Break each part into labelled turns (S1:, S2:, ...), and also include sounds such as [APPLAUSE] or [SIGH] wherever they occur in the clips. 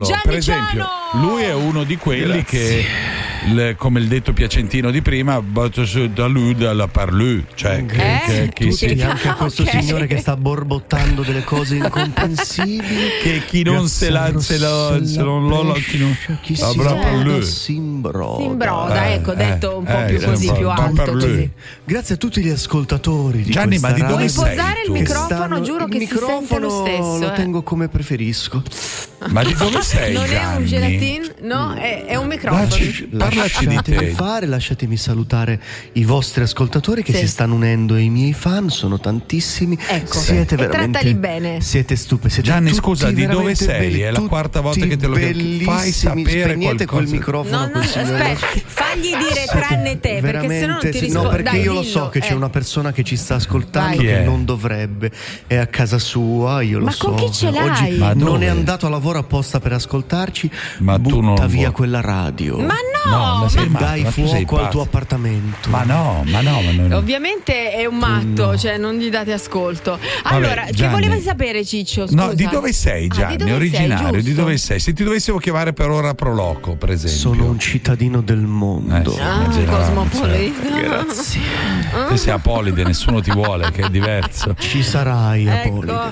S1: Gianni
S2: per esempio,
S1: Ciano!
S2: lui è uno di quelli che, il- come il detto piacentino di prima, batte su da lui dalla parlù, cioè che,
S1: Eh?
S2: che- che
S1: Tu
S2: si-
S1: sei-
S3: Tutti, anche
S1: Ah,
S3: questo
S1: ok.
S3: signore che sta borbottando
S2: [LAUGHS]
S3: delle cose incomprensibili.
S2: che chi non se la, se la, se non lo, lo- chi non
S3: chi si
S2: la parlù.
S3: si imbroda.
S1: Si imbroda,
S2: Eh,
S1: ecco,
S2: eh,
S1: detto un po'
S2: eh,
S1: più
S2: sì,
S1: così,
S2: un po'
S1: più
S2: un po'
S1: alto.
S2: per lui.
S1: Così.
S3: Grazie a tutti gli ascoltatori di
S2: Gianni,
S3: questa
S2: ma di dove
S3: radio
S2: sei?
S1: Puoi posare il
S2: tu?
S3: che
S1: microfono,
S3: stanno-
S1: giuro
S3: il
S1: che si sente lo
S3: microfono
S1: stesso. eh.
S3: Lo tengo come preferisco.
S2: Ma di dove sei?
S1: non è un
S2: Gianni?
S1: gelatin, no, è, è un microfono.
S2: Dacci- Parlaci di
S3: lasciatemi
S2: te.
S3: fare, lasciatemi salutare i vostri ascoltatori che
S1: Sì.
S3: si stanno unendo ai miei fan, sono tantissimi.
S1: Ecco.
S3: siete
S1: E
S3: veramente
S1: trattali bene.
S3: Siete stupi, siete
S2: Gianni,
S3: tutti
S2: scusa, di dove
S3: veramente
S2: sei?
S3: belli,
S2: È la
S3: tutti
S2: quarta volta che te lo chiedo. Fai
S3: bellissimi.
S2: sapere
S3: Spegnete
S2: qualcosa.
S3: quel microfono
S1: No,
S3: a
S1: no,
S3: quel signore.
S1: aspetta, fagli dire tranne te, perché se no non ti
S3: Veramente, sì.
S1: rispondo.
S3: No, perché
S1: Dai,
S3: io lo
S1: dillo,
S3: so che c'è
S1: eh.
S3: una persona che ci sta ascoltando
S1: Vai.
S2: Chi è?
S3: che non dovrebbe. È a casa sua, io lo
S1: Ma
S3: so.
S1: con chi ce l'hai?
S3: Oggi
S2: Ma
S3: non
S2: dove?
S3: è andato a lavoro apposta per ascoltarci.
S2: Ma
S3: Butta
S2: tu non
S3: via
S2: vuoi.
S3: quella radio.
S1: Ma no,
S2: No, ma
S1: ma-
S2: sei
S3: E
S2: matto,
S3: dai
S2: ma tu sei
S3: fuoco al
S2: pazzo.
S3: tuo appartamento.
S2: Ma no, ma no, ma non-
S1: Ovviamente è un matto, cioè non gli date ascolto. Allora, che
S2: Gianni.
S1: volevi sapere Ciccio? Scusa.
S2: No, di dove sei
S1: Ah, di
S2: Gianni?
S1: dove sei,
S2: originario, di
S1: giusto.
S2: dove sei? Se ti dovessimo chiamare per ora Proloco, per esempio.
S3: Sono un cittadino del mondo.
S2: Eh, sì.
S1: Ah,
S2: Immaginavamo,
S1: cosmopolita.
S3: Grazie.
S2: Te sei apolide, nessuno ti vuole, che è diverso.
S3: Ci sarai,
S1: Ecco,
S3: Apolide.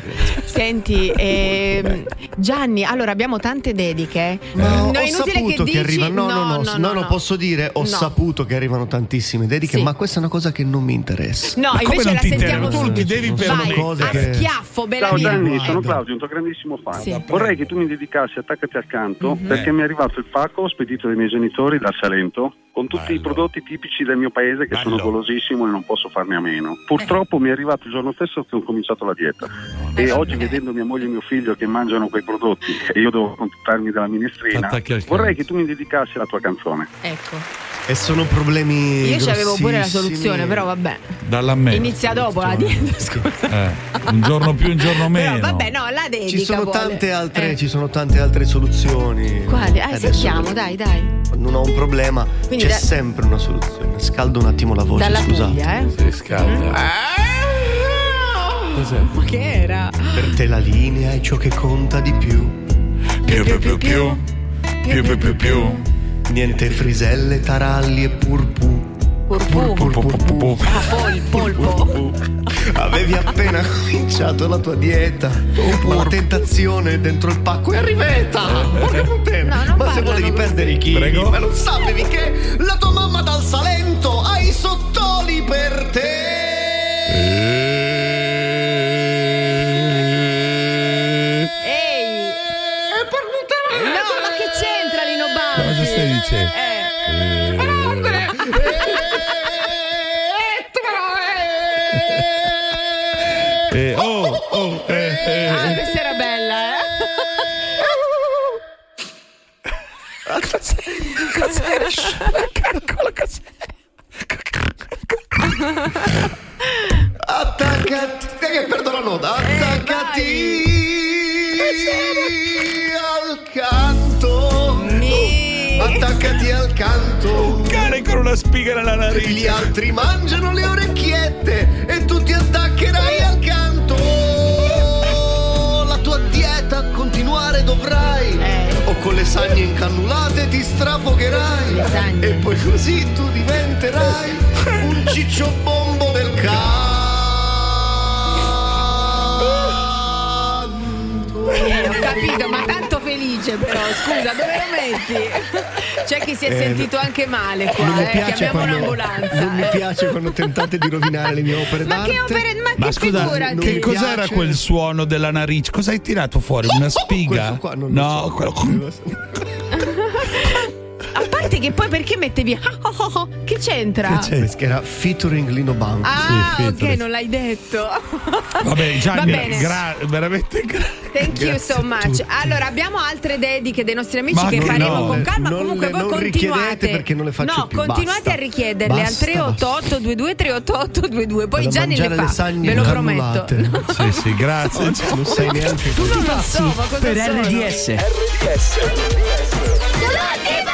S1: senti, ehm, Gianni, allora abbiamo tante dediche.
S3: Ma
S1: No,
S3: Eh, ho
S1: è inutile
S3: saputo che,
S1: dici-
S3: arriva. No, no, no, no, no,
S1: no.
S3: posso dire, ho
S1: No.
S3: saputo che arrivano tantissime dediche,
S1: Sì.
S3: ma questa è una cosa che non mi interessa.
S1: No,
S2: Ma come
S1: invece
S2: non
S1: la
S2: ti
S1: sentiamo
S2: interessa? Tu
S1: subito.
S2: ti devi
S3: Non sono
S1: Vai,
S3: cose
S1: a
S3: che-
S1: schiaffo, bella
S4: Ciao
S1: mia.
S4: Gianni,
S3: guarda.
S4: sono Claudio, un tuo grandissimo fan.
S1: Sì.
S4: Vorrei che tu mi dedicassi Attaccati al canto perché
S2: Eh.
S4: mi è arrivato il pacco spedito dai miei genitori da Salento con tutti i
S2: Bello.
S4: prodotti tipici del mio paese che sono
S2: Bello.
S4: golosissimo e non posso farne a meno. Purtroppo mi è arrivato il giorno stesso che ho cominciato la dieta
S2: Eh,
S4: e Eh, oggi vedendo mia moglie e mio figlio che mangiano quei prodotti e io devo contattarmi della minestrina,
S2: Attacchi al
S4: vorrei
S2: canto.
S4: che tu mi dedicassi la tua canzone.
S1: Ecco.
S3: E sono problemi.
S1: Io ci avevo pure la
S3: Eh, grossissimi.
S1: soluzione, però vabbè.
S2: Dalla me.
S1: Inizia dopo la dieta, [LAUGHS] scusa.
S2: Eh, un giorno più, un giorno meno.
S1: Però vabbè, no, la dedica
S3: Ci sono,
S1: vuole.
S3: tante altre,
S1: Eh.
S3: ci sono tante altre soluzioni.
S1: Quali? Ah,
S3: Adesso
S1: sentiamo, dai, dai.
S3: Non ho un problema,
S1: Quindi
S3: c'è
S1: da-
S3: sempre una soluzione. Scaldo un attimo la voce,
S1: Dalla
S3: scusate.
S1: Puglia, eh.
S2: Si scalda. Cos'è?
S1: Ma che era?
S3: Per te la linea è ciò che conta di più.
S2: Eh, Più più più più. Più più più più.
S3: Niente friselle, taralli e purpù.
S1: Purpù.
S2: Pu, pu, pu, pu, pu.
S1: Ah, pol- polpo.
S3: Avevi appena [LAUGHS] cominciato la tua dieta. Ma la tentazione dentro il pacco è arrivata. Porca
S1: No,
S3: puttana.
S1: non
S3: ma se
S1: parlano
S3: volevi
S1: così.
S3: perdere i chili,
S2: Prego.
S3: ma non sapevi che la tua mamma dal Salento ha i sottoli per te.
S1: Ehi!
S2: Eh,
S1: No, ma che c'entra Lino Banfi?
S2: Cosa stai dicendo?
S1: Eh.
S2: Eh, oh, oh, eh, eh.
S1: Ah, questa era bella, eh?
S3: Attaccati. Eh, perdo la nota. Attaccati. al canto.
S1: Mi-
S2: Oh.
S3: Attaccati al canto.
S2: cane con una spiga nella narice.
S3: Gli altri mangiano le orecchiette e tu ti attaccherai al canto. La tua dieta continuare dovrai.
S1: Eh.
S3: O con le sagne incannulate ti strafogherai.
S1: Le sagne.
S3: E poi così tu diventerai
S1: [LAUGHS]
S3: un ciccio bombo del canto.
S1: Eh, ho capito, ma tanto felice però, scusa, dove lo metti? C'è chi si
S3: Eh,
S1: è sentito anche male qua, eh, chiamiamo un'ambulanza. eh.
S3: quando tentate di rovinare le mie opere
S1: Ma che opere, ma,
S2: Ma
S1: che
S2: scusa,
S1: figurati?
S2: che
S3: mi
S2: cos'era
S3: piace.
S2: quel suono della narice? Cosa hai tirato fuori? Una spiga?
S3: Questo qua non lo
S2: no,
S3: so. Non
S2: quello.
S3: lo so.
S1: A parte che poi perché mettevi ah, oh, oh, oh, che c'entra?
S3: Che era featuring Lino Banco.
S1: Ah,
S2: Sì,
S1: ok,
S2: fitness.
S1: non l'hai detto.
S2: Vabbè,
S1: Va
S2: Gianni,
S1: bene.
S2: gra- veramente
S1: [LAUGHS]
S2: gra-
S1: Thank you
S3: Grazie
S1: so
S3: a
S1: much.
S3: tutti.
S1: Allora, abbiamo altre dediche dei nostri amici
S2: Ma
S1: che
S2: no,
S1: faremo
S2: no.
S1: con calma.
S3: Non
S1: Comunque
S3: le-
S1: voi
S3: non
S1: continuate.
S3: richiedete perché non le faccio
S1: no,
S3: più,
S1: continuate
S3: basta.
S1: a richiederle
S3: Basta,
S1: al 388 223 22 Poi
S3: Vado a
S1: Gianni le
S3: mangiare le
S1: fa,
S3: sagne
S1: ve lo prometto.
S3: granulate.
S1: [LAUGHS]
S2: Sì, sì, grazie.
S3: Non sai neanche
S1: Tu non lo so, ma cosa
S5: per
S1: sono?
S5: RDS.
S1: Gianni